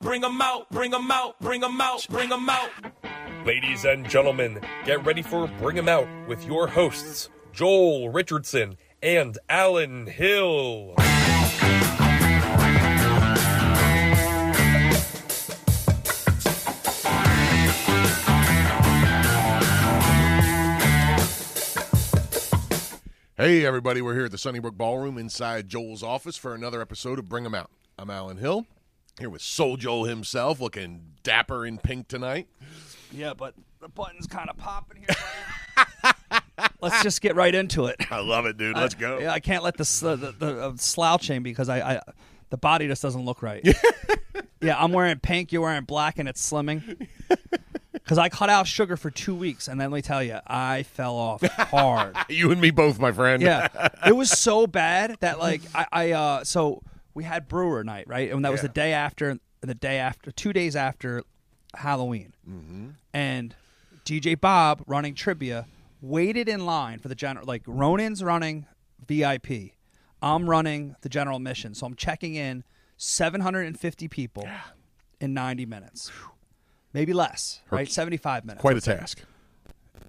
bring 'em out, bring 'em out, bring 'em out, bring 'em out. Ladies and gentlemen, get ready for Bring 'em Out with your hosts, Joel Richardson and Alan Hill. Hey, everybody, we're here at the Sunnybrook Ballroom inside Joel's office for another episode of Bring 'em Out. I'm Alan Hill, here with Soul Joel himself, looking dapper in pink tonight. Yeah, but the button's kind of popping here. buddy. Let's just get right into it. I love it, dude. Let's go. Yeah, I can't let the s- the, the, the uh, slouching because I, I the body just doesn't look right. yeah, I'm wearing pink, you're wearing black, and it's slimming. Because I cut out sugar for two weeks, and then let me tell you, I fell off hard. You and me both, my friend. yeah, it was so bad that like I, I uh so we had Brewer night right, and that was the day after, and the day after, two days after Halloween, mm-hmm. and DJ Bob running trivia waited in line for the general like Ronin's running VIP, I'm running the general mission, so I'm checking in 750 people in 90 minutes, maybe less, right? 75 minutes Quite a task.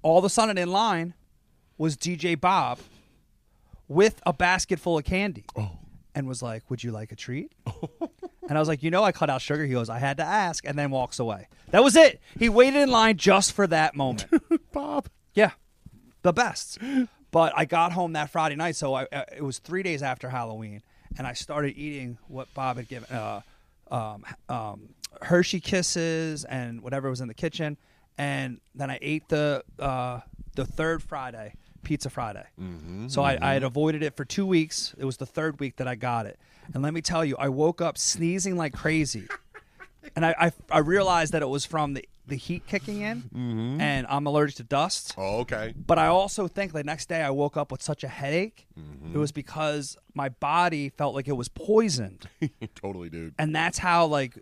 all of a sudden in line was DJ Bob with a basket full of candy. And was like, Would you like a treat? and I was like, You know, I cut out sugar. He goes, I had to ask, and then walks away. That was it. He waited in line just for that moment. Bob. yeah. The best. But I got home that Friday night. So I, uh, it was three days after Halloween. And I started eating what Bob had given uh, um, h- um, Hershey Kisses and whatever was in the kitchen. And then I ate the uh, the third Friday, Pizza Friday. So I, I had avoided it for two weeks. It was the third week that I got it. And let me tell you, I woke up sneezing like crazy. and I, I, I realized that it was from the, the heat kicking in. And I'm allergic to dust. Oh, okay. But I also think the next day I woke up with such a headache. It was because my body felt like it was poisoned, Totally, dude. and that's how like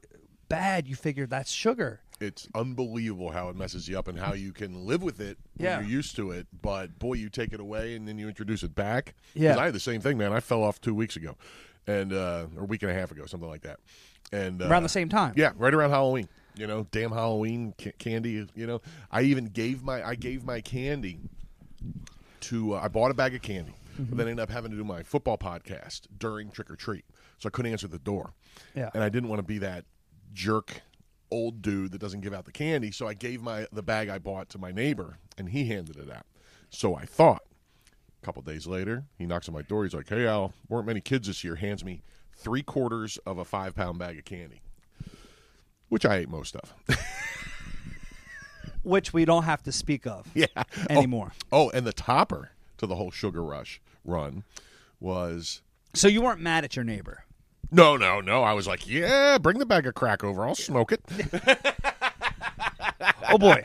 bad you figured that's sugar. It's unbelievable how it messes you up and how you can live with it when Yeah. you're used to it. But boy, you take it away and then you introduce it back. 'Cause Yeah. I had the same thing, man. I fell off two weeks ago, and uh, or a week and a half ago, something like that. And uh, Around the same time, Yeah, right around Halloween. You know, damn Halloween ca- candy. You know, I even gave my I gave my candy to uh, I bought a bag of candy, but then ended up having to do my football podcast during trick or treat, so I couldn't answer the door. Yeah. and I didn't want to be that jerk old dude that doesn't give out the candy, so I gave my the bag I bought to my neighbor, and he handed it out. So I thought. A couple days later, he knocks on my door. He's like, "Hey, Al, weren't many kids this year." Hands me three quarters of a five pound bag of candy which I ate most of. which we don't have to speak of anymore. oh, and the topper to the whole sugar rush run was So you weren't mad at your neighbor. no, no, no. I was like, yeah, bring the bag of crack over. I'll smoke it. Oh boy,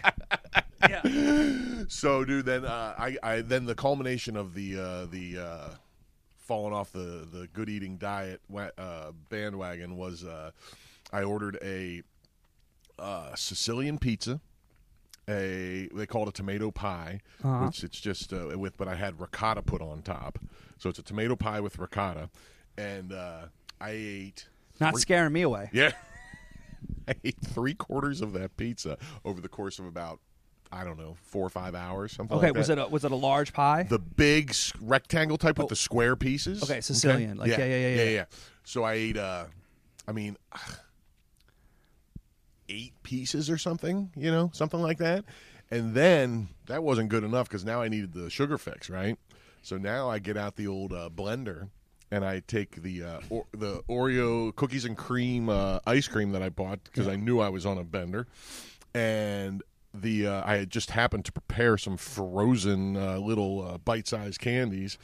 so, dude, then uh, I, I then the culmination of the uh, the uh, falling off the the good eating diet wa- uh, bandwagon was uh, I ordered a uh, Sicilian pizza. a they call it a tomato pie, Uh-huh. which it's just uh, with but I had ricotta put on top, so it's a tomato pie with ricotta, and uh, I ate not three- scaring me away. yeah, I ate three quarters of that pizza over the course of about I don't know four or five hours something. Okay, like was that. it a, was it a large pie? the big s- rectangle type with the square pieces? Okay, Sicilian, like, yeah, yeah, yeah, yeah. So I ate, uh, I mean, eight pieces or something, you know, something like that. And then that wasn't good enough because now I needed the sugar fix, right? So now I get out the old uh, blender and I take the uh, or- the Oreo cookies and cream uh, ice cream that I bought because I knew I was on a bender, and the uh, I had just happened to prepare some frozen uh, little uh, bite sized candies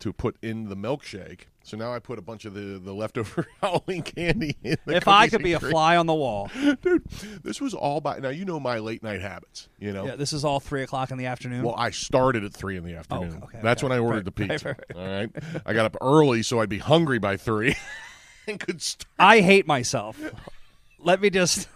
to put in the milkshake. So now I put a bunch of the, the leftover Halloween candy in. The if I cookies could be and a cream fly on the wall, dude this was all by now you know my late night habits you know yeah, this is all three o'clock in the afternoon. well i started at three in the afternoon okay, that's okay. when i ordered the Right, pizza right, right, all right i got up early so i'd be hungry by three and could start I hate myself. Let me just.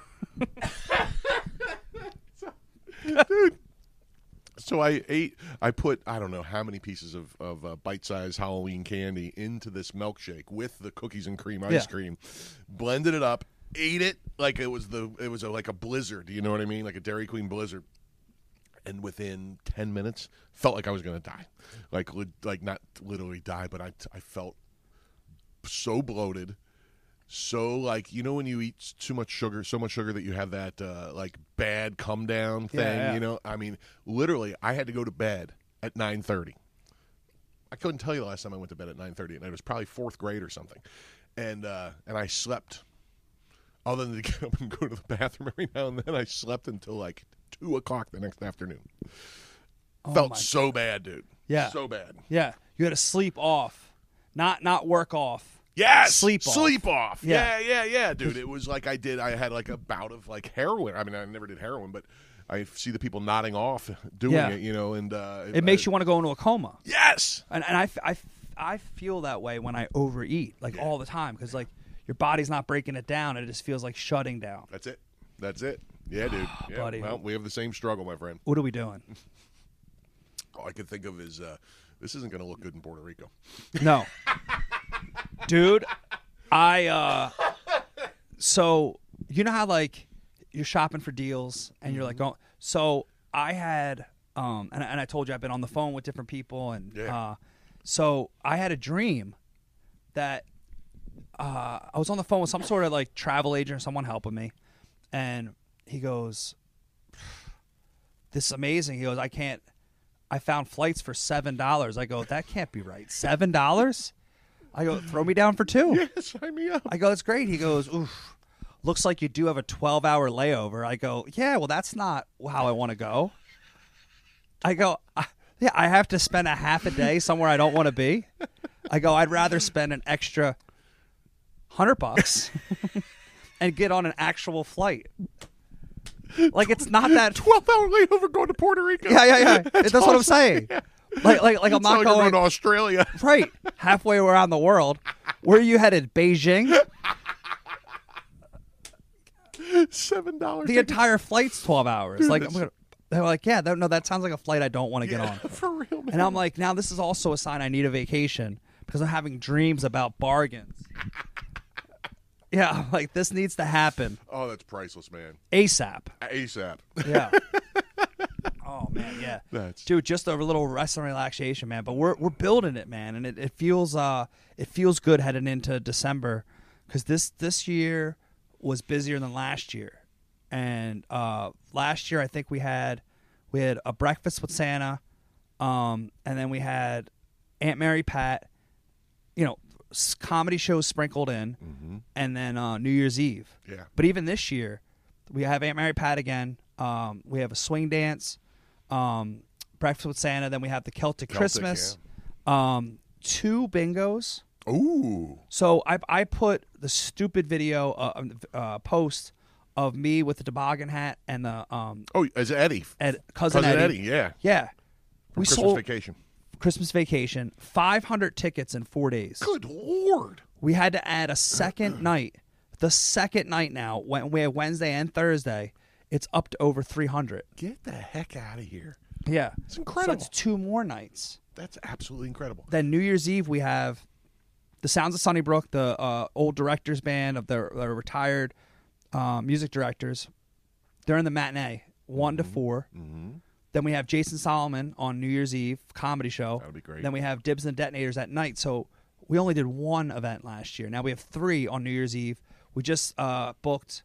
so i ate i put i don't know how many pieces of, of uh, bite-sized halloween candy into this milkshake with the cookies and cream ice Yeah. cream blended it up ate it like it was the it was a, like a blizzard. You know what I mean? Like a Dairy Queen blizzard. And within ten minutes, felt like I was going to die, like li- like not literally die, but I I felt so bloated, so like you know when you eat s- too much sugar, so much sugar that you have that uh, like bad come down thing. yeah. You know, I mean, literally, I had to go to bed at nine thirty. I couldn't tell you the last time I went to bed at nine thirty at night. It was probably fourth grade or something, and uh, and I slept. Other than to get up and go to the bathroom every now and then, I slept until like two o'clock the next afternoon. Felt so bad, dude. Oh Yeah. so bad. Yeah, you had to sleep off, not not work off. Yes, Sleep off. sleep off. Yeah. yeah, Yeah. yeah, dude. It was like I did. I had like a bout of like heroin. I mean, I never did heroin, but I see the people nodding off doing Yeah. it, you know, and uh, It makes you want to go into a coma. Yes, And and I, f- I f- I feel that way when I overeat like all the time because like your body's not breaking it down. It just feels like shutting down. that's it. That's it. Yeah, dude. Yeah. Buddy. Well, we have the same struggle, my friend. What are we doing? All I could think of is uh, this isn't going to look good in Puerto Rico. No. Dude, I uh so you know how like you're shopping for deals and you're like going so I had um and, and I told you I've been on the phone with different people and Yeah. uh so I had a dream that uh I was on the phone with some sort of like travel agent or someone helping me and he goes this is amazing. He goes, I can't. I found flights for seven dollars. I go, that can't be right. Seven dollars? I go, throw me down for two. Sign me up. I go, that's great. He goes, oof. Looks like you do have a twelve-hour layover. I go, yeah. Well, that's not how I want to go. I go, I, yeah. I have to spend a half a day somewhere I don't want to be. I go, I'd rather spend an extra hundred bucks and get on an actual flight. Like it's not that Twelve hour layover going to Puerto Rico. yeah, yeah, yeah. That's, what I'm saying. Like, like, like I'm It's not like not we're going to Australia. right halfway around the world. Where are you headed? Beijing. Seven dollars. The entire flight's 12 hours. Like, I'm gonna, they were like, yeah, that, no, that sounds like a flight I don't want to get on. for real, man. And I'm like, now this is also a sign I need a vacation because I'm having dreams about bargains. Yeah, I'm like this needs to happen Oh, that's priceless, man. ASAP. ASAP. Yeah. oh man, yeah. That's- Dude, just a little rest and relaxation, man. But we're we're building it, man, and it, it feels uh it feels good heading into December because this this year was busier than last year, and uh last year I think we had we had a breakfast with Santa, um, and then we had Aunt Mary Pat, you know, s- comedy shows sprinkled in, and then uh, New Year's Eve. Mm-hmm. Yeah. But even this year, we have Aunt Mary Pat again. Um, we have a swing dance, um, breakfast with Santa. Then we have the Celtic, Christmas. Um, two bingos. Ooh. So I, I put the stupid video uh, um, uh, post of me with the toboggan hat and the um, Oh, as Eddie. Ed, cousin, Cousin Eddie, yeah. Yeah. we Christmas sold vacation. Christmas vacation, 500 tickets in four days. Good lord. We had to add a second night. The second night now, when we have Wednesday and Thursday, it's up to over 300. Get the heck out of here. Yeah. It's incredible. So it's two more nights. That's absolutely incredible. Then New Year's Eve, we have the Sounds of Sunnybrook, the uh, old directors band of their, their retired uh, music directors. They're in the matinee, one Mm-hmm. to 4 Then we have Jason Solomon on New Year's Eve comedy show. That'll be great. Then we have Dibs and Detonators at night. So we only did one event last year. Now we have three on New Year's Eve. We just uh, booked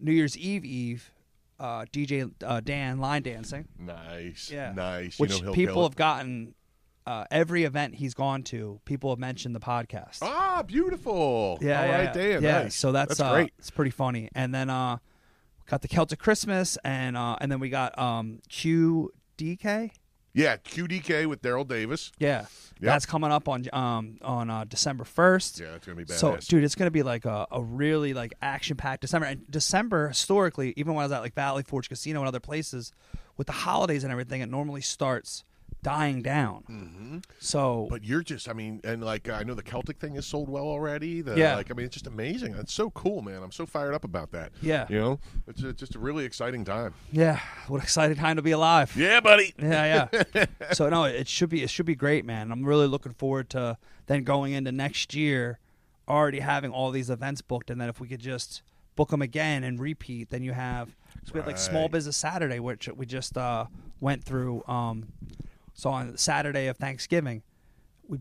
New Year's Eve Eve uh, DJ uh, Dan line dancing. Nice. Yeah. Nice. Which you know he'll people kill have it. gotten uh, every event he's gone to, people have mentioned the podcast. Ah, beautiful. yeah, All yeah, right, yeah. Dan. Yeah, nice. So that's, uh, great. It's pretty funny. And then uh, got the Celtic Christmas, and uh, and then we got um, QDK. Yeah, QDK with Daryl Davis. Yeah, that's coming up on um, on uh, December first. Yeah, that's gonna be So, badass. dude, it's gonna be like a, a really like action packed December. And December historically, even when I was at like Valley Forge Casino and other places, with the holidays and everything, it normally starts dying down. Mm-hmm. So, But you're just, I mean, and like I know the Celtic thing is sold well already. The, Yeah. Like I mean, it's just amazing. That's so cool, man. I'm so fired up about that. Yeah. You know, it's uh, just a really exciting time. yeah, what an exciting time to be alive. Yeah, buddy. Yeah, yeah. so no, it should be it should be great, man. I'm really looking forward to then going into next year, already having all these events booked, and then if we could just book them again and repeat. Then you have so we had like Small Right. Business Saturday, which we just uh, went through. Um, so on Saturday of Thanksgiving, we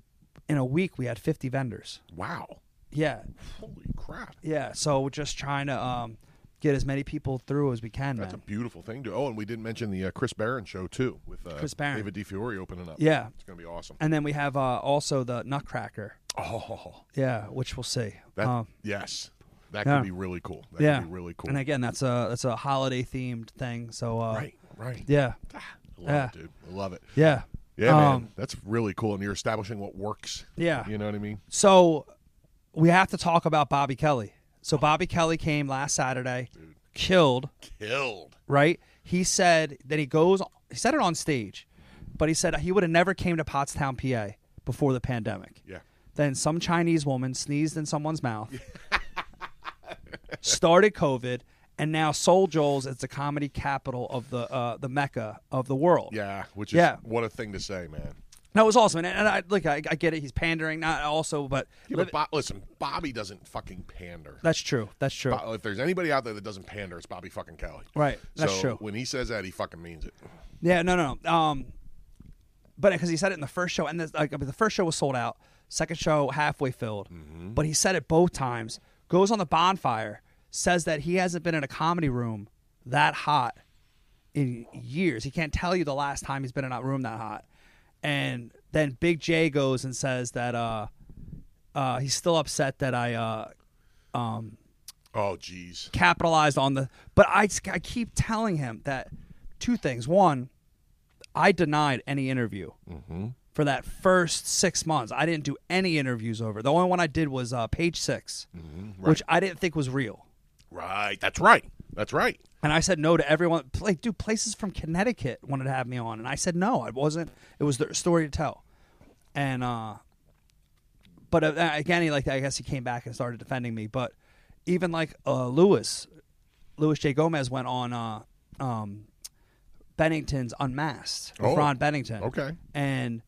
in a week we had 50 vendors. Wow. Yeah, Holy crap. yeah. So we're just trying to um, get as many people through as we can. That's a man. beautiful thing to. Oh, and we didn't mention the uh, Chris Barron show too with uh, Chris Barron. David DiFiore opening up. Yeah. it's gonna be awesome. and then we have uh, also the Nutcracker. Oh, Yeah, which we'll see. that um, yes, that yeah. could be really cool. That yeah, could be really cool. And again, that's a that's a holiday themed thing. So uh, right, right. Yeah, Ah, I love Yeah. it, dude. I love it. yeah, Yeah, man, Um, that's really cool. And you're establishing what works. Yeah. you know what I mean. So we have to talk about Bobby Kelly. So Bobby Kelly came last Saturday, killed. Killed. Right? He said that he goes. He said it on stage, but he said he would have never came to Pottstown, PA, before the pandemic. Yeah. Then some Chinese woman sneezed in someone's mouth, started COVID, and now Soul Joel's is the comedy capital of the uh, the mecca of the world. Yeah, which is Yeah. what a thing to say, man. No, it was awesome, and, and I look, I, I get it. He's pandering, not also, but, Yeah, but Bo- listen, Bobby doesn't fucking pander. that's true. That's true. Bo- if there's anybody out there that doesn't pander, it's Bobby fucking Kelly. Right, that's so true. When he says that, he fucking means it. Yeah, no, no, no. Um, but because he said it in the first show, and the, like, I mean, the first show was sold out, second show halfway filled, but he said it both times. Goes on the bonfire, says that he hasn't been in a comedy room that hot in years. He can't tell you the last time he's been in a room that hot. And then Big J goes and says that uh, uh, he's still upset that I uh, Oh, jeez. capitalized on the but I, I keep telling him that two things one i denied any interview for that first six months i didn't do any interviews over the only one i did was uh, page 6 which i didn't think was real Right. That's right. That's right. and i said no to everyone like dude places from connecticut wanted to have me on and i said no i wasn't it was their story to tell and uh but uh, again he like i guess he came back and started defending me but even like uh lewis Luis J. Gomez went on uh, um, Bennington's Unmasked, with Oh, Ron Bennington. okay. And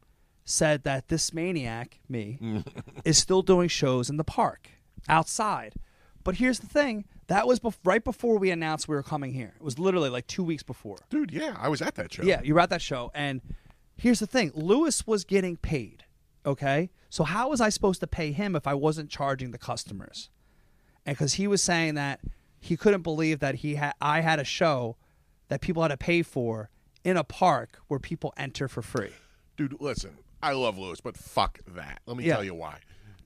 said that this maniac, me, is still doing shows in the park outside. But here's the thing that was bef- right before we announced we were coming here. It was literally like two weeks before. Dude, yeah, I was at that show. Yeah, you were at that show. And here's the thing Lewis was getting paid, okay? So how was I supposed to pay him if I wasn't charging the customers? And because he was saying that he couldn't believe that he had I had a show that people had to pay for in a park where people enter for free. Dude, listen, I love Lewis, but fuck that. Let me Yeah. tell you why.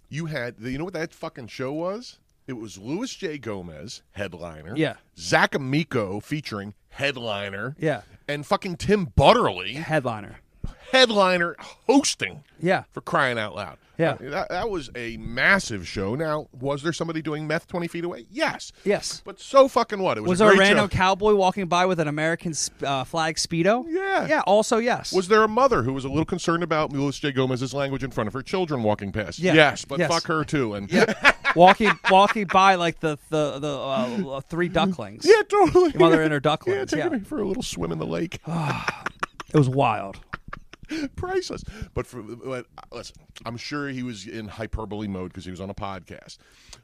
You had, you know what that fucking show was? It was Louis J. Gomez, headliner. Yeah. Zach Amico featuring headliner. Yeah. And fucking Tim Butterly, Headliner. headliner hosting. Yeah. For crying out loud. Yeah. Uh, That, that was a massive show. Now, was there somebody doing meth 20 feet away? Yes. Yes. But so fucking what? It was, Was a there a great random show. cowboy walking by with an American sp- uh, flag speedo? Yeah. Yeah. Also, yes. Was there a mother who was a little concerned about Louis J. Gomez's language in front of her children walking past? Yeah. Yes, but Yes. fuck her too. And walking walking by like the the, the uh, three ducklings. Yeah, totally. Your mother and her Yeah, ducklings. take Yeah, me for a little swim in the lake. it was wild. Priceless. But for but, uh, listen, I'm sure he was in hyperbole mode because he was on a podcast.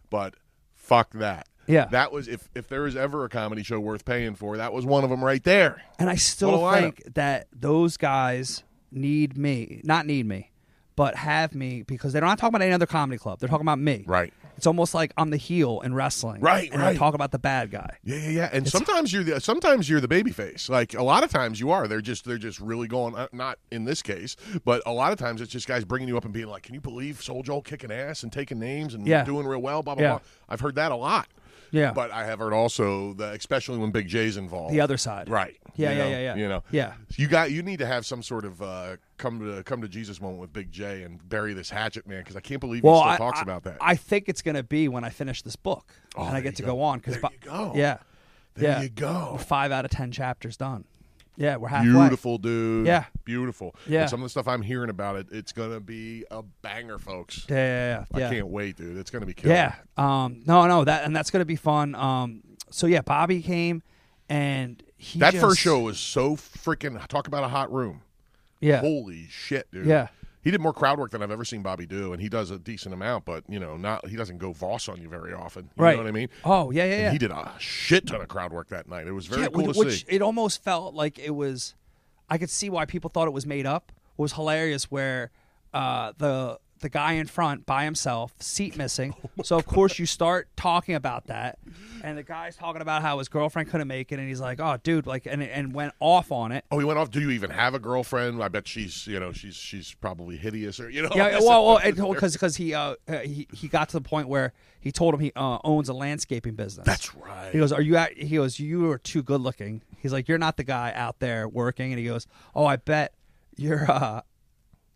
But fuck that. Yeah. that was if if there was ever a comedy show worth paying for, that was one of them right there. And I still What a lineup. think that those guys need me, not need me, but have me because they're not talking about any other comedy club. They're talking about me. Right. It's almost like I'm the heel in wrestling. Right, And I right. talk about the bad guy. Yeah, yeah, yeah. And sometimes you're the sometimes you're the baby face. Like a lot of times you are. They're just they're just really going. Uh, not in this case, but a lot of times it's just guys bringing you up and being like, "Can you believe Soul Joel kicking ass and taking names and Yeah. doing real well?" Blah blah Yeah. blah. I've heard that a lot. Yeah. But I have heard also that, especially when Big J's involved, The other side. Oh, right? Yeah, You yeah, know, yeah, yeah. You know, Yeah. You got you need to have some sort of uh, come to come to Jesus moment with Big J and bury this hatchet, man, because I can't believe Well, he still I, talks I- about that. Oh, I think it's going to be when I finish this book and I there get you to go. go, on. Cause There bu- you go. Yeah. there yeah. you go. We're five out of 10 chapters done. Yeah, we're halfway. Beautiful, dude. Yeah. Beautiful. Yeah. And some of the stuff I'm hearing about it, it's going to be a banger, folks. Yeah, yeah, yeah. yeah. I can't wait, dude. It's going to be killer. Yeah. Um, no, no, that and that's gonna be fun. Um, so yeah, Bobby came and he That just- first show was so freaking talk about a hot room. Yeah. Holy shit, dude. Yeah. He did more crowd work than I've ever seen Bobby do, and he does a decent amount, but you know, not he doesn't go Voss on you very often. You right. know what I mean? Oh yeah, yeah, And yeah. he did a shit ton of crowd work that night. It was very Yeah, cool which, to which see. it almost felt like it was. I could see why people thought it was made up. It was hilarious where uh, the the guy in front by himself, seat missing. Oh so of course you start talking about that, and the guy's talking about how his girlfriend couldn't make it, and he's like, "Oh, dude," like, and and went off on it. Oh, he went off. Do you even have a girlfriend? I bet she's, you know, she's she's probably hideous, or you know. Yeah, well, well, because because he uh uh, he he got to the point where he told him he uh, owns a landscaping business. that's right. He goes, "Are you?" At, he goes, "You are too good looking." He's like, "You're not the guy out there working." And he goes, "Oh, I bet your uh,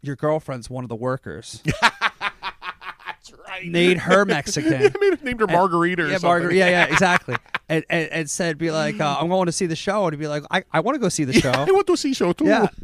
your girlfriend's one of the workers. That's right. Made her Mexican. I mean, named her Margarita. Or yeah, something. Margaret. Yeah, yeah, exactly." And, and, and said, "Be like, uh, I'm going to see the show," and he'd be like, "I, I want to go see the I show." want to see show too. Yeah.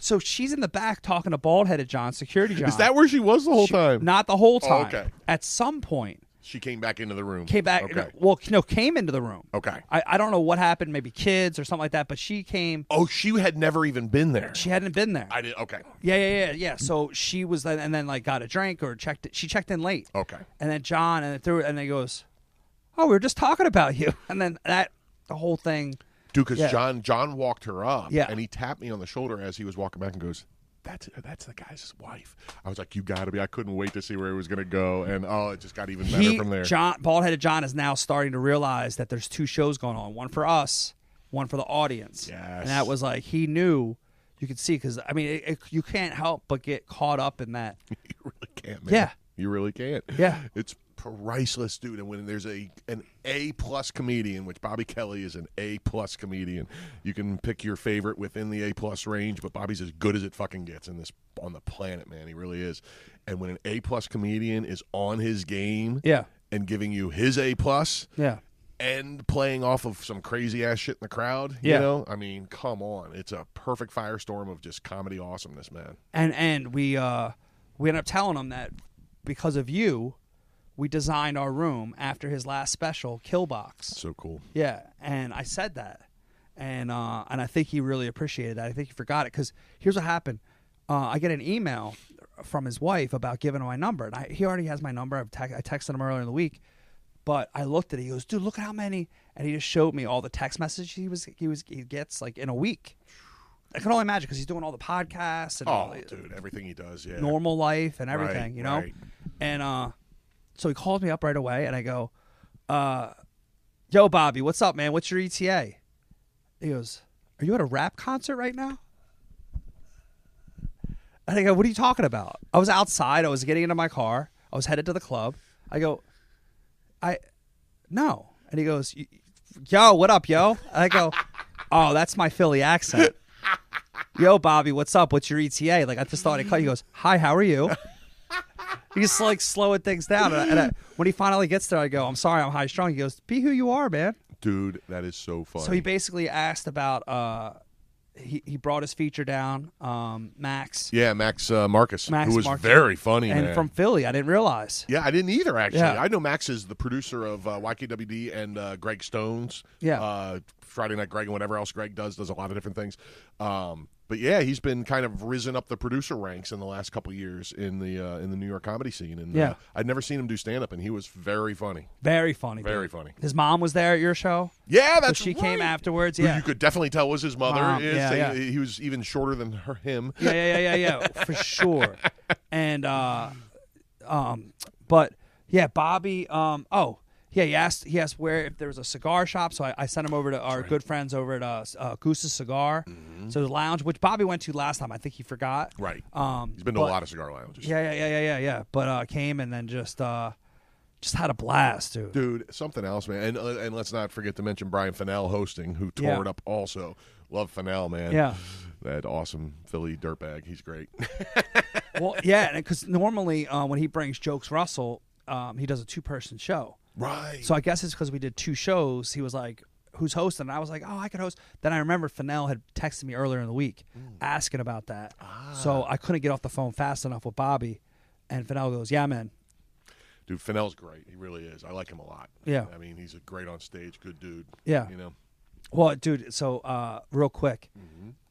So she's in the back talking to bald headed John, security John. Is that where she was the whole time? Not the whole Oh, time. okay. At some point, She came back into the room. came back. Okay. Well, no, came into the room. Okay. I, I don't know what happened. Maybe kids or something like that. But she came. Oh, she had never even been there. She hadn't been there. I did. Okay. yeah, yeah, yeah, yeah. So she was then, and then like got a drink or checked. She checked in late. Okay. And then John and then through and then he goes, "Oh, we were just talking about you." And then that the whole thing. Dude, because Yeah. John John walked her up. Yeah. And he tapped me on the shoulder as he was walking back and goes. That's that's the guy's wife. I was like, you gotta be. I couldn't wait to see where it was gonna go, and oh, it just got even better He, from there. John, bald headed John, is now starting to realize that there's two shows going on: one for us, one for the audience. Yes. And that was like he knew. You could see because I mean, it, it, you can't help but get caught up in that. You really can't, man. Yeah. You really can't. Yeah. It's priceless, dude. And when there's a an A plus comedian, which Bobby Kelly is an A plus comedian, you can pick your favorite within the A plus range, but Bobby's as good as it fucking gets in this on the planet, man. He really is. And when an A plus comedian is on his game Yeah. and giving you his A plus Yeah. and playing off of some crazy ass shit in the crowd, Yeah. you know? I mean, come on. It's a perfect firestorm of just comedy awesomeness, man. and and we uh we ended up telling him that because of you we designed our room after his last special kill box So cool. yeah and i said that and uh and i think he really appreciated that i think he forgot it because here's what happened uh, i get an email from his wife about giving him my number and I, he already has my number I've tex- i texted him earlier in the week but i looked at it he goes dude look at how many and he just showed me all the text messages he was he was he gets like in a week i can only imagine because he's doing all the podcasts and all Oh, the- dude, everything he does, yeah. normal life and everything, you know? right. And uh so he calls me up right away and I go, uh, yo Bobby, what's up, man? What's your ETA? He goes, Are you at a rap concert right now? And I go, What are you talking about? I was outside, I was getting into my car, I was headed to the club. I go, I no. And he goes, "Y- Yo, what up, yo? And I go, Oh, that's my Philly accent. Yo, Bobby, what's up? What's your ETA? Like, I just thought I'd call you. He goes, Hi, how are you? He's like slowing things down. And, I, and I, when he finally gets there, I go, I'm sorry, I'm high strung. He goes, Be who you are, man. Dude, that is so funny. So he basically asked about, uh, he, he brought his feature down, um, Max, yeah, Max uh, Marcus, Max who was Marcus. very funny, and man. from Philly. I didn't realize. yeah, I didn't either. Actually, Yeah. I know Max is the producer of uh, YKWd and uh, Greg Stones. Yeah. uh, Friday Night Greg and whatever else Greg does does a lot of different things. Um, but yeah, he's been kind of risen up the producer ranks in the last couple years in the uh, in the New York comedy scene. And Yeah. uh, I'd never seen him do stand up, and he was very funny, Very funny. very dude. funny. His mom was there at your show. Yeah, that's so she came right. afterwards. Who Yeah. you could definitely tell was his mother. Mom, is yeah, he, yeah. he was even shorter than her him. yeah, yeah, yeah, yeah, yeah, for sure. And uh, um, but yeah, Bobby. Um, oh, yeah, he asked he asked where if there was a cigar shop, so I, I sent him over to our good friends over at uh, uh, Goose's Cigar. So the lounge, which Bobby went to last time, I think he forgot. Right. Um, He's been to but- a lot of cigar lounges. Yeah, yeah, yeah, yeah, yeah, yeah. But uh, came and then just uh, just had a blast, dude. dude something else man and, uh, and let's not forget to mention brian fennell hosting who tore Yeah. it up also love fennell man Yeah. that awesome philly dirtbag he's great Well, yeah, because normally uh, when he brings jokes, Russell, um, he does a two person show. right So I guess it's because we did two shows. He was like, "Who's hosting?" And I was like, "Oh, I could host." Then I remembered Fennell had texted me earlier in the week asking about that. So I couldn't get off the phone fast enough with Bobby, and Fennell goes, "Yeah, man." dude fennell's great he really is i like him a lot Yeah. i mean he's a great on stage good dude Yeah. you know Well, dude. So uh, real quick,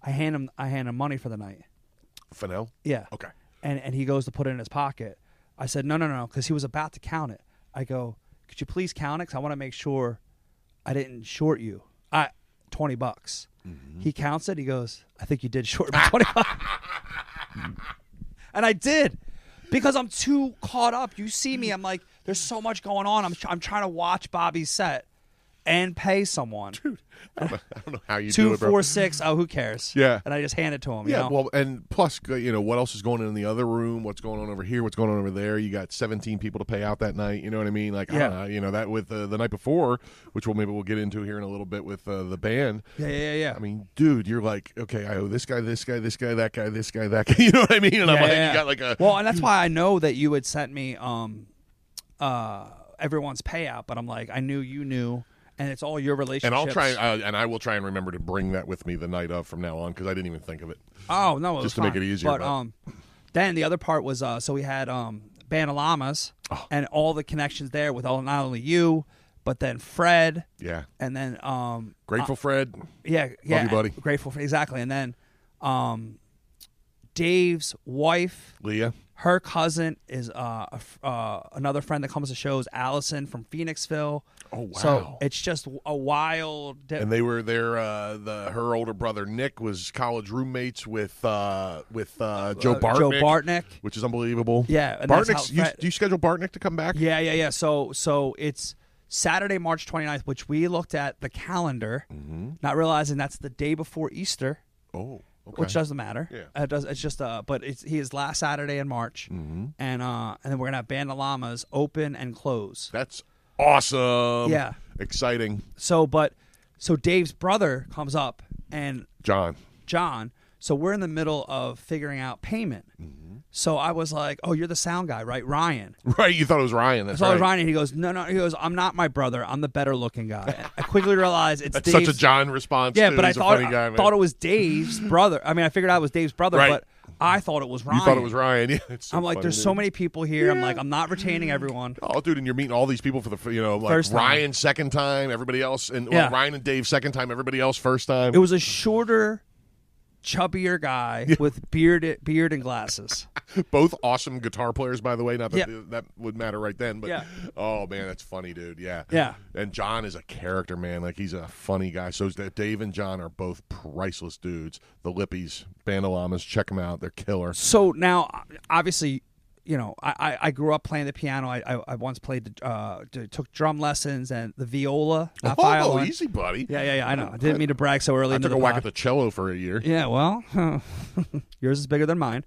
I hand him I hand him money for the night. fennell Yeah. okay and and he goes to put it in his pocket. I said, no, no, no, because he was about to count it. I go, could you please count it? 'Cause I want to make sure I didn't short you. I twenty bucks. Mm-hmm. He counts it. He goes, I think you did short me twenty bucks. and I did because I'm too caught up. You see me. I'm like, there's so much going on. I'm I'm trying to watch Bobby's set and pay someone. I don't know how you do Two, it, bro. four, six. Oh, who cares? Yeah. And I just hand it to him. Yeah, you know? well, and plus, g- you know, what else is going on in the other room? What's going on over here? What's going on over there? You got 17 people to pay out that night. You know what I mean? Like, I don't Yeah. know, you know, that with uh, the night before, which we'll maybe we'll get into here in a little bit with uh, the band. yeah, yeah, yeah, yeah. I mean, dude, you're like, okay, I owe this guy, this guy, this guy, that guy, this guy, that guy. You know what I mean? And I'm Yeah, like, yeah, yeah. you got like a. well, and that's why I know that you had sent me um, uh, everyone's payout, but I'm like, I knew you knew, and it's all your relationship. and I'll try, uh, and I will try and remember to bring that with me the night of from now on because I didn't even think of it. oh no, it was to make fine. it easier, But, but- um, then the other part was uh, so we had um, Band of Llamas Oh. and all the connections there with all not only you, but then Fred, Yeah, and then um, grateful, Fred. Yeah, yeah. you, buddy. Grateful for exactly. And then um Dave's wife, Leah. her cousin is uh, a f- uh another friend that comes to shows, Allison from Phoenixville. Oh, wow. So it's just a wild di- and they were there. Uh, the her older brother Nick was college roommates with uh, with uh, Joe Uh, Bartnick. Joe Bartnick. which is unbelievable. Yeah, and that's Bartnick's. how You, Fred- do you schedule Bartnick to come back? Yeah, yeah, yeah. So so it's Saturday, March 29th, which we looked at the calendar, Mm-hmm. not realizing that's the day before Easter. Oh, okay. which doesn't matter. Yeah. Uh, it does, it's just uh, but it's he is last Saturday in March, Mm-hmm. and uh, and then we're gonna have Band of Llamas open and close. that's awesome. Yeah. exciting, So, but so Dave's brother comes up and John. John. So we're in the middle of figuring out payment. Mm-hmm. So I was like, "Oh, you're the sound guy, right, Ryan?" Right, you thought it was Ryan. That's So I right. was Ryan, and he goes, "No, no." He goes, "I'm not my brother. I'm the better looking guy." And I quickly realized it's That's such a Dave's- John response. Yeah, too. but I He's a thought funny guy, I man. thought it was Dave's brother. I mean, I figured out it was Dave's brother, Right. but I thought it was Ryan. You thought it was Ryan. Yeah, it's so I'm like, funny, there's dude. so many people here. I'm like, I'm not retaining everyone. Oh, dude, and you're meeting all these people for the fir- you know like First time. Ryan second time, everybody else, and well, Yeah. Ryan and Dave second time, everybody else first time. It was a shorter, chubbier guy with beard, beard and glasses. Both awesome guitar players, by the way. Not that Yeah. that would matter right then, but Yeah. oh man, that's funny, dude. Yeah, Yeah. And John is a character, man. Like he's a funny guy. So is that Dave and John are both priceless dudes. The Lippies, Bandalamas, check them out. They're killer. So now, obviously, you know, I, I, I grew up playing the piano. I, I, I once played, the, uh, d- took drum lessons and the viola, not oh, violin. easy, buddy. Yeah, yeah, yeah. I know. I didn't mean to brag so early. I into took a the whack pod. at the cello for a year. Yeah, well, yours is bigger than mine.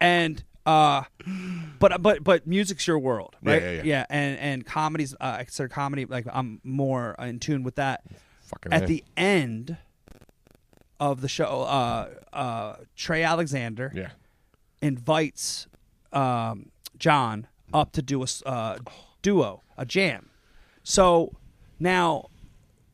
And uh but but but music's your world, Yeah, right? yeah, yeah. and and comedies uh, I consider comedy like I'm more in tune with that. Fucking At A. the end of the show, uh uh Trey Alexander Yeah. invites um, John up to do a s- uh, duo, a jam. So now,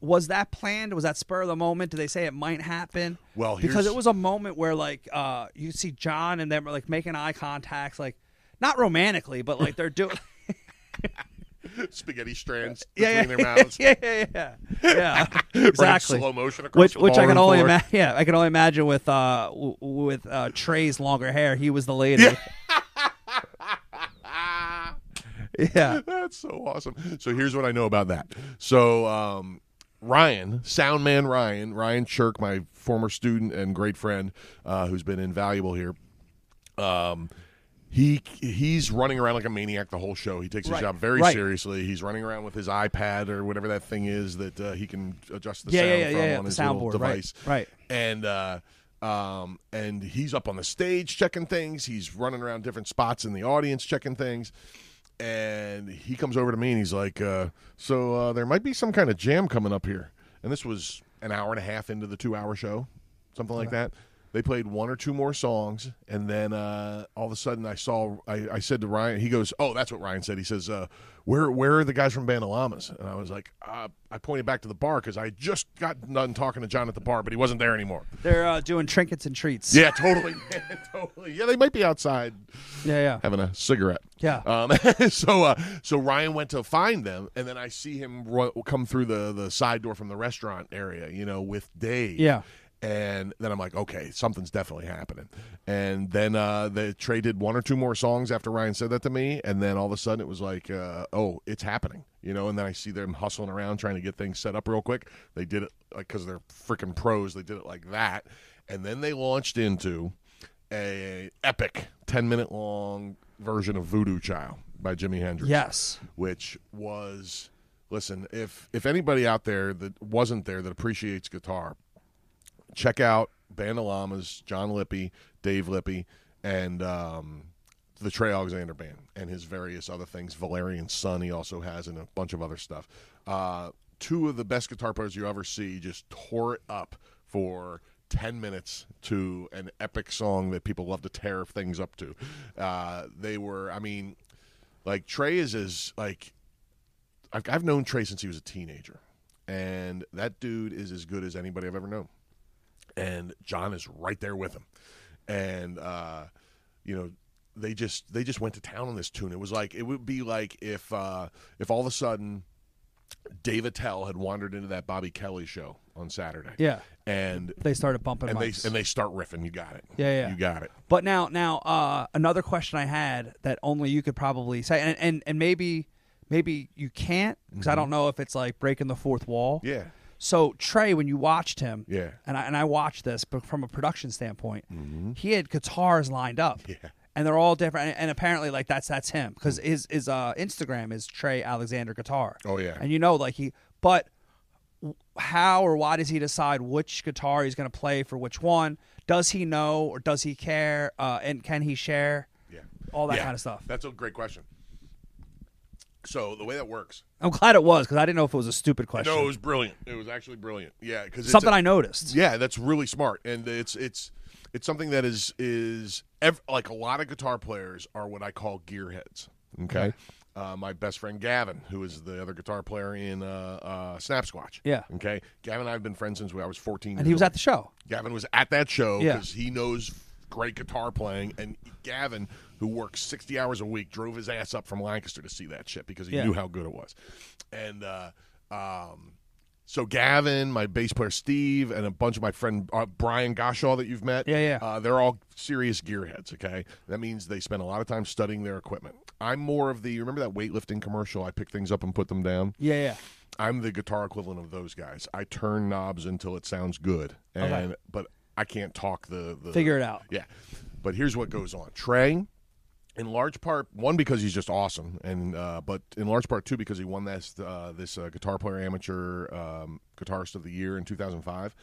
was that planned? Was that spur of the moment? Did they say it might happen? Well, because here's- it was a moment where like uh, you see John and them like making eye contacts, like not romantically, but like they're doing. Spaghetti strands Yeah, between yeah, their mouths. yeah, yeah, yeah, yeah, yeah. exactly. slow motion across which, the which I can ballroom only floor. imagine. Yeah, I can only imagine with uh w- with uh Trey's longer hair. He was the lady. yeah. That's so awesome. So here's what I know about that. So um, Ryan, Soundman Ryan, Ryan Shirk, my former student and great friend, uh, who's been invaluable here. Um, he he's running around like a maniac the whole show. He takes his Right, job very right. seriously. He's running around with his iPad or whatever that thing is that uh, he can adjust the Yeah, sound yeah, yeah, from yeah, yeah, on the his little soundboard, right, device right. and uh, um, and he's up on the stage checking things. He's running around different spots in the audience checking things. And he comes over to me and he's like, uh, "So uh, there might be some kind of jam coming up here." And this was an hour and a half into the two-hour show, something like that. They played one or two more songs, and then uh, all of a sudden, I saw. I, I said to Ryan, he goes, "Oh, that's what Ryan said." He says, uh, "Where, where are the guys from Band of Llamas?" And I was like, uh, "I pointed back to the bar because I just got done talking to John at the bar, but he wasn't there anymore." They're uh, doing trinkets and treats. Yeah, totally, man, totally. Yeah, they might be outside yeah, yeah. having a cigarette. Yeah. Um, so uh, so Ryan went to find them, and then I see him ru- come through the the side door from the restaurant area, you know, with Dave. Yeah. And then I'm like, okay, something's definitely happening. And then uh, they Trey did one or two more songs after Ryan said that to me, and then all of a sudden it was like, uh, oh, it's happening, you know. And then I see them hustling around trying to get things set up real quick. They did it like because they're freaking pros. They did it like that, and then they launched into a epic 10 minute long version of Voodoo Child by Jimi Hendrix. Yes. Which was listen, if if anybody out there that wasn't there that appreciates guitar, check out Band of Llamas, John Lippy, Dave Lippy, and um, the Trey Alexander Band and his various other things. Valerian Sun, he also has, and a bunch of other stuff. Uh, two of the best guitar players you ever see just tore it up for 10 minutes to an epic song that people love to tear things up to. Uh, they were, I mean, like Trey is as, like, I've, I've known Trey since he was a teenager, and that dude is as good as anybody I've ever known and John is right there with him. And uh, you know, they just they just went to town on this tune. It was like it would be like if uh, if all of a sudden Dave Attell had wandered into that Bobby Kelly show on Saturday. Yeah. and They started bumping and they mics. and they start riffing. You got it. Yeah, yeah. You got it. But now, now uh, another question I had that only you could probably say, and and, and maybe maybe you can't because I don't know if it's like breaking the fourth wall. Mm-hmm. Yeah. So Trey, when you watched him, Yeah. Mm-hmm. and I and I watched this, but from a production standpoint, he had guitars lined up, yeah, and they're all different, and, and apparently like that's that's him because his his uh, Instagram is Trey Alexander Guitar. Oh, yeah. and you know like he, but how or why does he decide which guitar he's going to play for which one? Does he know or does he care? Uh, and can he share? Yeah. All that Yeah. kind of stuff. That's a great question. So the way that works. I'm glad it was because I didn't know if it was a stupid question. No, it was brilliant. It was actually brilliant. Yeah, because Something I noticed. Yeah, that's really smart, and it's it's it's something that is is ev- like a lot of guitar players are what I call gearheads. Okay, uh, my best friend Gavin, who is the other guitar player in uh, uh, Snap Squatch. Yeah. Okay, Gavin and I have been friends since I was fourteen. And he was at the show. Gavin was at that show Yeah. because he knows great guitar playing, and Gavin, who works sixty hours a week, drove his ass up from Lancaster to see that shit because he Yeah. knew how good it was. And uh, um, so Gavin, my bass player Steve, and a bunch of my friend uh, Brian Goshaw that you've met, Yeah, yeah. uh, they're all serious gearheads. Okay, that means they spend a lot of time studying their equipment. I'm more of the remember that weightlifting commercial? I pick things up and put them down. Yeah, yeah. I'm the guitar equivalent of those guys. I turn knobs until it sounds good, and but I can't talk the, the Figure it out. Yeah, but here's what goes on. Trey, in large part, one because he's just awesome, and uh, but in large part too because he won this uh, this uh, guitar player amateur um, guitarist of the year in 2005.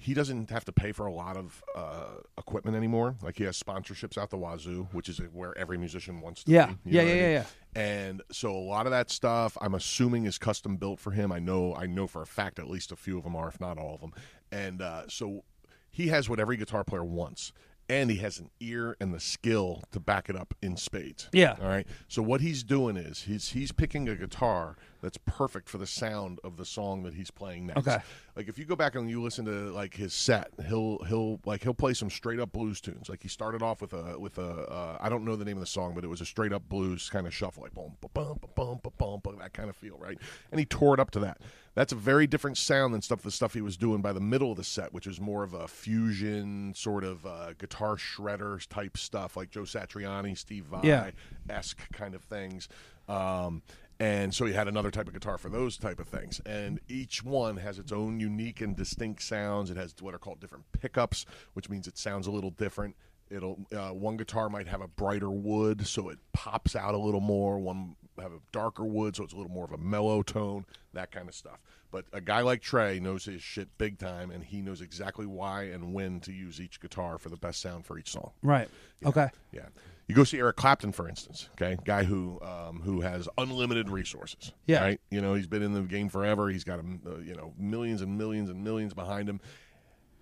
He doesn't have to pay for a lot of uh, equipment anymore. Like he has sponsorships out the wazoo, which is where every musician wants to Yeah. be. Yeah, know what yeah, I mean? yeah, yeah. and so a lot of that stuff i'm assuming is custom built for him i know i know for a fact at least a few of them are if not all of them and uh, so he has what every guitar player wants and he has an ear and the skill to back it up in spades Yeah. all right so what he's doing is he's he's picking a guitar that's perfect for the sound of the song that he's playing next Okay. like if you go back and you listen to like his set, he'll he'll like he'll play some straight up blues tunes. Like he started off with a with a uh, I don't know the name of the song, but it was a straight up blues kind of shuffle, like boom ba bum ba bum ba bum ba, that kind of feel, right? And he tore it up to that. That's a very different sound than stuff the stuff he was doing by the middle of the set, which is more of a fusion sort of uh, guitar shredder type stuff, like Joe Satriani, Steve Vai Yeah. esque kind of things. Um, and so he had another type of guitar for those type of things. And each one has its own unique and distinct sounds. It has what are called different pickups, which means it sounds a little different. It'll uh, one guitar might have a brighter wood, so it pops out a little more. One have a darker wood, so it's a little more of a mellow tone. That kind of stuff. But a guy like Trey knows his shit big time, and he knows exactly why and when to use each guitar for the best sound for each song. Right. Okay. Yeah. You go see Eric Clapton, for instance, okay, guy who um, who has unlimited resources. Yeah. Right. You know, he's been in the game forever. He's got um, uh, you know millions and millions and millions behind him.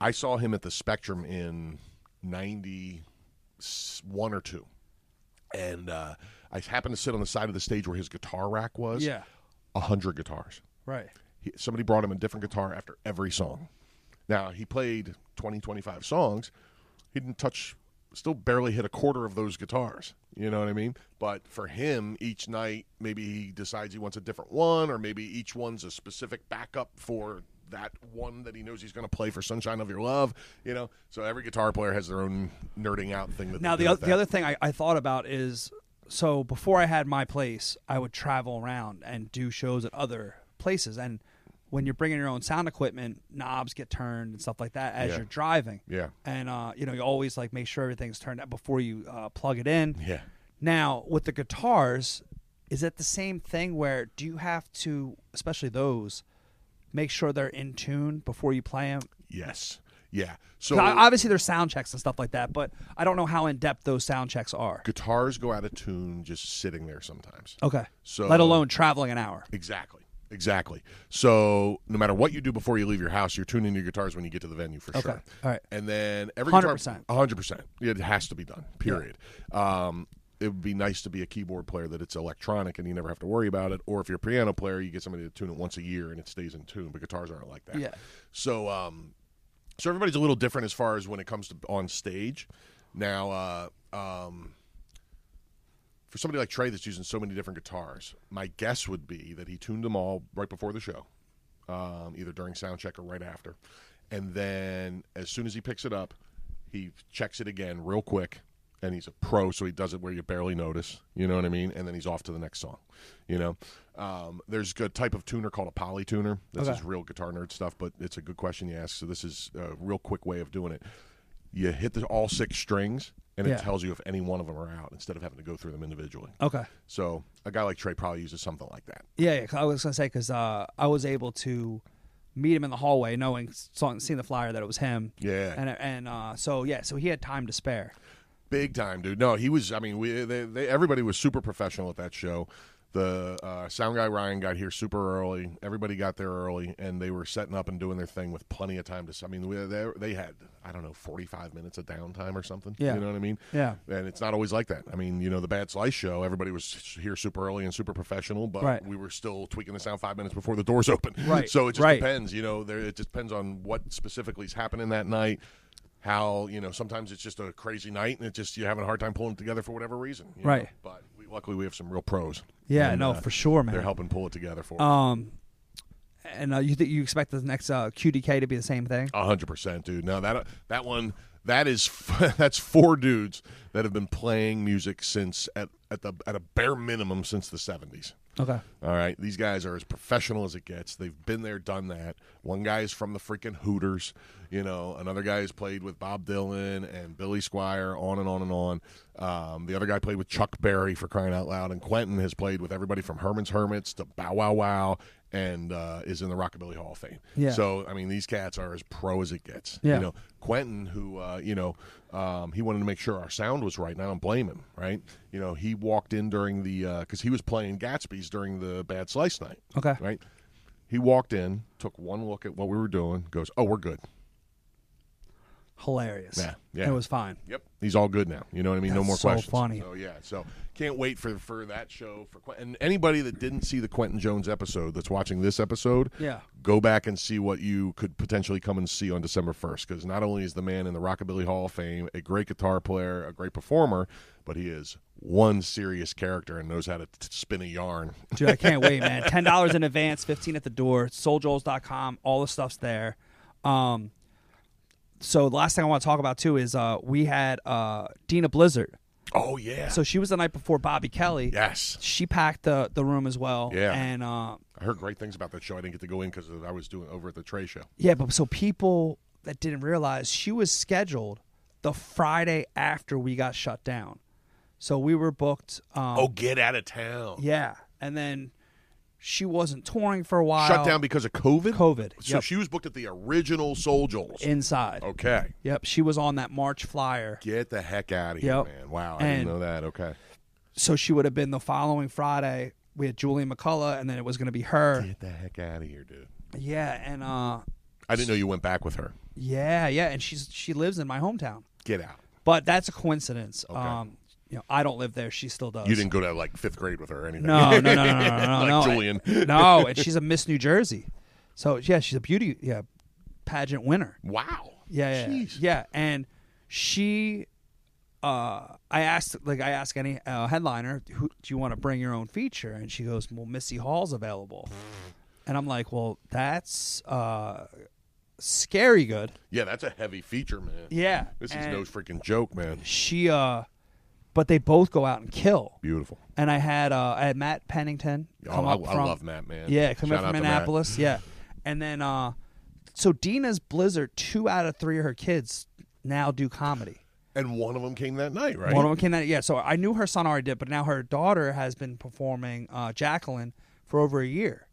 I saw him at the Spectrum in '91 or two, and uh, I happened to sit on the side of the stage where his guitar rack was. Yeah. a hundred guitars Right. he, somebody brought him a different guitar after every song. Now, he played 20, 25 songs. He didn't touch, still barely hit a quarter of those guitars. You know what I mean? But for him, each night, maybe he decides he wants a different one, or maybe each one's a specific backup for that one that he knows he's going to play for Sunshine of Your Love, you know. So every guitar player has their own nerding out thing. That Now they the do with other, the that. other thing I, I thought about is so before I had my place, I would travel around and do shows at other places. And when you're bringing your own sound equipment, knobs get turned and stuff like that as Yeah. you're driving. Yeah. And uh, you know you always like make sure everything's turned up before you uh, plug it in. Yeah. Now with the guitars, is it the same thing where do you have to, especially those, make sure they're in tune before you play them? yes, yeah. So Obviously, there's sound checks and stuff like that, but I don't know how in depth those sound checks are. guitars go out of tune just sitting there sometimes. Okay. So- let alone traveling an hour. Exactly. Exactly. So no matter what you do before you leave your house, you're tuning your guitars when you get to the venue for sure. All right. And then every 100%. guitar, hundred percent, it has to be done. Period. Um, it would be nice to be a keyboard player that it's electronic and you never have to worry about it. Or if you're a piano player, you get somebody to tune it once a year and it stays in tune. But guitars aren't like that. Yeah. So um, so everybody's a little different as far as when it comes to on stage. Now, uh, um, for somebody like Trey that's using so many different guitars, my guess would be that he tuned them all right before the show, um, either during sound check or right after, and then as soon as he picks it up, he checks it again real quick. And he's a pro, so he does it where you barely notice. You know what I mean? And then he's off to the next song. You know, um, there's a type of tuner called a polytuner. This is real guitar nerd stuff, but it's a good question you ask. So this is a real quick way of doing it. You hit the, all six strings, and Yeah. it tells you if any one of them are out instead of having to go through them individually. Okay. So a guy like Trey probably uses something like that. Yeah, yeah 'cause I was gonna say because uh, I was able to meet him in the hallway, knowing saw, seeing the flyer that it was him. Yeah. And and uh, so yeah, so he had time to spare. Big time, dude. No, he was. I mean, we they, they, everybody was super professional at that show. The uh, sound guy Ryan got here super early. Everybody got there early, and they were setting up and doing their thing with plenty of time to. I mean, we, they, they had I don't know forty five minutes of downtime or something. Yeah. you know what I mean. Yeah. and it's not always like that. I mean, you know, the Bad Slice show, everybody was here super early and super professional, but Right. we were still tweaking the sound five minutes before the doors open. Right, So it just right. depends. You know, there it just depends on what specifically is happening that night. How you know? Sometimes it's just a crazy night, and it just you're having a hard time pulling it together for whatever reason. you know? Right. But we, luckily, we have some real pros. Yeah, And, no, uh, for sure, man. They're helping pull it together for us. Um, and uh, you think you expect the next uh, QDK to be the same thing? A hundred percent, dude. No, that that one that is that's four dudes that have been playing music since at at the at a bare minimum since the seventies. Okay. All right, these guys are as professional as it gets. They've been there, done that. One guy is from the freaking Hooters, you know. Another guy has played with Bob Dylan and Billy Squire, on and on and on. Um, the other guy played with Chuck Berry for crying out loud, and Quentin has played with everybody from Herman's Hermits to Bow Wow Wow, and uh, is in the Rockabilly Hall of Fame. Yeah. So I mean, these cats are as pro as it gets. Yeah. You know, Quentin, who uh, you know, um, he wanted to make sure our sound was right, and I don't blame him. Right? You know, he walked in during the because he was playing Gatsby's during the Bad Slice night. Okay. Right? He walked in, took one look at what we were doing, goes, "Oh, we're good." Hilarious. Yeah, yeah. It was fine. Yep. He's all good now. You know what I mean? no That's more so questions. funny. So yeah. So can't wait for for that show for Quentin. And anybody that didn't see the Quentin Jones episode that's watching this episode, Yeah. go back and see what you could potentially come and see on December first. Because not only is the man in the Rockabilly Hall of Fame a great guitar player, a great performer, but he is one serious character and knows how to t- spin a yarn. Dude, I can't wait, man. Ten dollars in advance, fifteen at the door, souljoles.com, all the stuff's there. Um so the last thing I want to talk about too is uh we had uh Dina Blizzard. Oh yeah. So she was the night before Bobby Kelly. yes. She packed the the room as well. Yeah. And uh I heard great things about that show. I didn't get to go in because I was doing over at the Trey show. yeah, but so people that didn't realize she was scheduled the Friday after we got shut down. So we were booked um Oh, get out of town. yeah. And then she wasn't touring for a while. Shut down because of COVID. COVID. So Yep. she was booked at the original Soul Joel's. inside. okay. Yep, she was on that March flyer. Get the heck out of here, Yep. man. Wow, I And- didn't know that. Okay. So she would have been the following Friday. We had Julian McCullough, and then it was going to be her. Get the heck out of here, dude. Yeah, and uh, I didn't know you went back with her. yeah, yeah, and she's she lives in my hometown, Get out. but that's a coincidence. Um, you know, I don't live there; she still does. You didn't go to like fifth grade with her or anything. No, no, no, no, no, no, no, Like no. Julian. no, and she's a Miss New Jersey. So yeah, she's a beauty yeah pageant winner. Wow. Yeah, yeah, yeah. Jeez. yeah. And she, uh, I asked like I ask any uh, headliner, who, do you want to bring your own feature? And she goes, well, Missy Hall's available. And I'm like, well, that's uh, scary good. Yeah, that's a heavy feature, man. Yeah. This is And no freaking joke, man. She, uh, but they both go out and kill. Beautiful. And I had uh, I had Matt Pennington Oh, come I- up I from, love Matt, man. Yeah, come Shout up out from to Matt. Annapolis. Yeah, and then uh, so Dina's Blizzard. Two out of three of her kids now do comedy. And one of them came that night, right? One of them came out. Yeah, so I knew her son already did, but now her daughter has been performing uh, Jacqueline for over a year,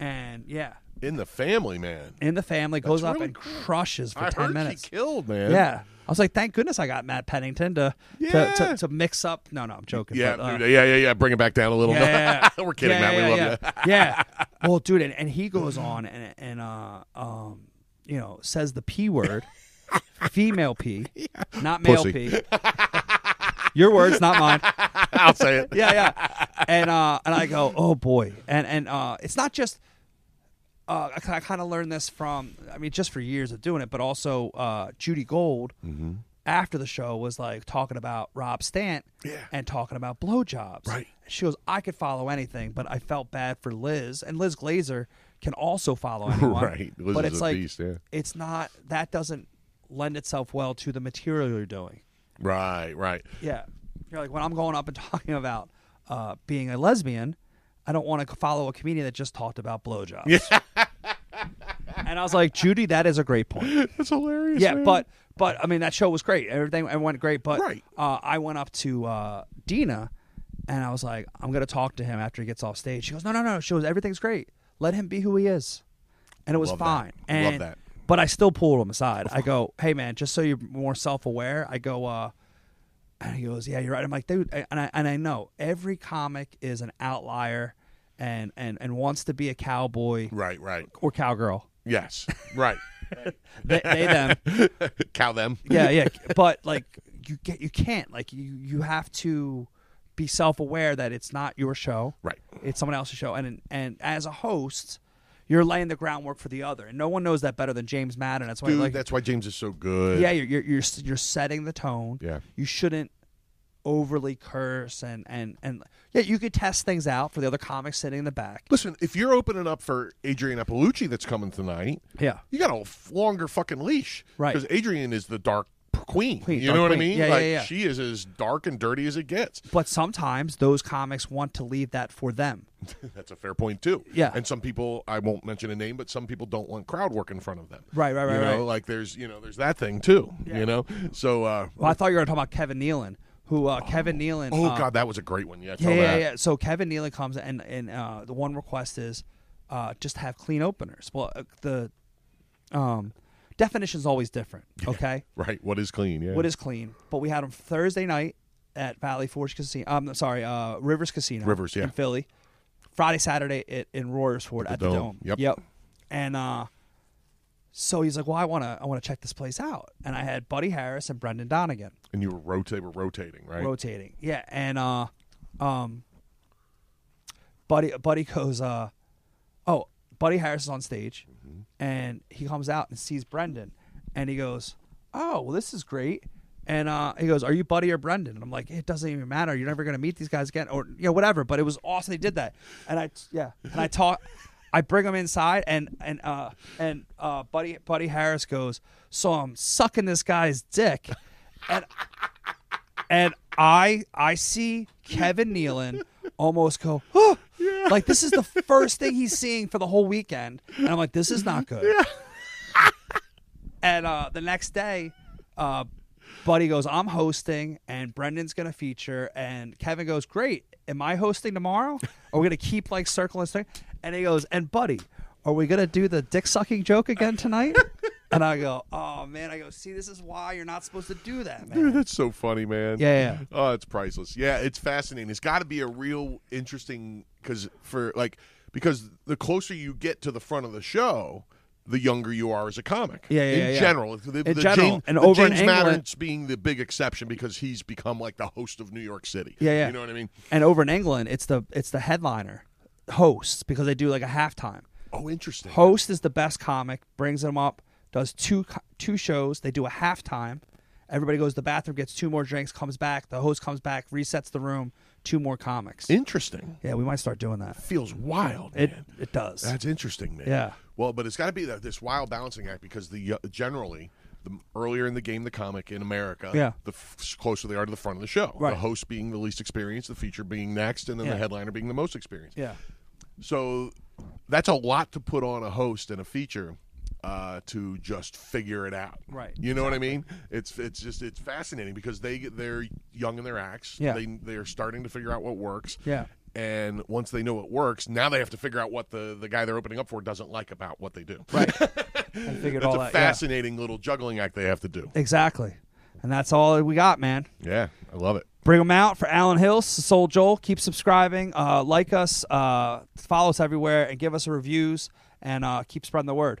and yeah, In the family, man. in the family goes up really and crushes for I ten heard minutes. she killed, man. yeah, I was like, thank goodness I got Matt Pennington to to, Yeah. to, to mix up. No, no, I'm joking. Yeah, but, uh, dude, yeah, yeah, yeah. Bring it back down a little. yeah, yeah. We're kidding, yeah, Matt. Yeah, we love yeah. you. yeah. Well, dude, and, and he goes on and and uh um you know says the p word, female p, not male Pussy. p. Your words, not mine. I'll say it. Yeah, yeah. And uh and I go, oh boy, and and uh it's not just. Uh, I, kind of learned this from, I mean, just for years of doing it, but also uh, Judy Gold Mm-hmm. after the show was like talking about Rob Stant Yeah. and talking about blowjobs. Right. She goes, I could follow anything, but I felt bad for Liz, and Liz Glazer can also follow anyone. Right. Liz but is it's a like beast, yeah. it's not that doesn't lend itself well to the material you're doing. Right, right. Yeah. You're like when I'm going up and talking about uh, being a lesbian, I don't want to follow a comedian that just talked about blowjobs. and I was like, Judy, that is a great point. That's hilarious. Yeah, man. but but I mean that show was great. Everything it went great. But Right. uh, I went up to uh, Dina, and I was like, I'm gonna talk to him after he gets off stage. She goes, No, no, no. She goes, Everything's great. Let him be who he is, and it was Love that. fine. Love And that. but I still pulled him aside. I go, Hey man, just so you're more self aware, I go. uh and he goes, "Yeah, you're right." I'm like, "Dude," and I and I know every comic is an outlier, and and and wants to be a cowboy right, right. or cowgirl. Yes, right. They, they them. Cow them. yeah, yeah. But like you get, you can't like you you have to be self aware that it's not your show, Right. It's someone else's show, and and as a host, you're laying the groundwork for the other, and no one knows that better than James Madden. That's why, Dude, like, that's why James is so good. yeah, you're, you're you're you're setting the tone. Yeah. you shouldn't overly curse and and and yeah, you could test things out for the other comics sitting in the back. Listen, if you're opening up for Adrian Appalucci that's coming tonight, Yeah. you got a f- longer fucking leash, Right. Because Adrian is the dark p- queen. Queen, you dark know what I queen. mean? Yeah, yeah, like yeah. she is as dark and dirty as it gets. But sometimes those comics want to leave that for them. That's a fair point too. Yeah. And some people, I won't mention a name, but some people don't want crowd work in front of them. Right, right, right, You know, right. like there's, you know, there's that thing too. You know, so. uh Well, I thought you were talking about Kevin Nealon, who uh, Kevin Nealon. Oh uh, God, that was a great one. Yeah, yeah, tell yeah, that. yeah. So Kevin Nealon comes and and uh, the one request is uh, just have clean openers. Well, uh, the um, definition is always different. Okay, Right. What is clean? Yeah. what is clean? But we had him Thursday night at Valley Forge Casino. I'm sorry, uh, Rivers Casino, Rivers, yeah. in Philly. Friday, Saturday at, in Royersford at the, Dome. Dome. Yep. Yep. And uh, so he's like, "Well, I wanna, I wanna check this place out." And I had Buddy Harris and Brendan Donegan. And you were rotate. We're rotating, right? rotating. Yeah, and uh, um, Buddy Buddy goes uh, oh Buddy Harris is on stage, and he comes out and sees Brendan, and he goes, oh well this is great, and uh, he goes, are you Buddy or Brendan? And I'm like, it doesn't even matter. You're never gonna meet these guys again, or you know whatever. But it was awesome they did that, and I yeah, and I talk. I bring him inside, and and uh, and uh, buddy Buddy Harris goes. So I'm sucking this guy's dick, and and I I see Kevin Nealon almost go, "Huh." like this is the first thing he's seeing for the whole weekend, and I'm like, this is not good. and uh, the next day, uh, Buddy goes, I'm hosting, and Brendan's gonna feature, and Kevin goes, great. Am I hosting tomorrow? Are we gonna keep like circling this thing? And he goes, and Buddy, are we gonna do the dick sucking joke again tonight? and I go, oh man, I go, see, this is why you're not supposed to do that, man. Dude, that's so funny, man. Yeah, yeah. Oh, it's priceless. Yeah, it's fascinating. It's got to be a real interesting because for like because the closer you get to the front of the show, the younger you are as a comic. Yeah, yeah, in yeah, yeah. general. The, the general, James, and the over in James England- Maddens being the big exception because he's become like the host of New York City. Yeah, yeah. You know what I mean? And over in England, it's the it's the headliner hosts because they do like a halftime. Oh, interesting. Host is the best comic, brings them up, does two co- two shows. They do a halftime, and Everybody goes to the bathroom, gets two more drinks, comes back. The host comes back, resets the room. Two more comics. Interesting. yeah, we might start doing that. Feels wild. It man. it does. That's interesting, man. Yeah. Well, but it's got to be that this wild balancing act because the uh, generally the earlier in the game the comic in America, Yeah. the f- closer they are to the front of the show. Right. The host being the least experienced, the feature being next, and then Yeah. the headliner being the most experienced. yeah. So that's a lot to put on a host and a feature uh, to just figure it out. Right. You know what I mean? It's it's just it's fascinating because they get- they're young in their acts. Yeah. They they're starting to figure out what works. Yeah. And once they know it works, now they have to figure out what the, the guy they're opening up for doesn't like about what they do. Right. I figured That's all a that. yeah. fascinating little juggling act they have to do. Exactly. And that's all we got, man. Yeah, I love it. Bring them out for Alan Hills, Soul Joel. Keep subscribing, uh, like us, uh, follow us everywhere, and give us reviews, and uh, keep spreading the word.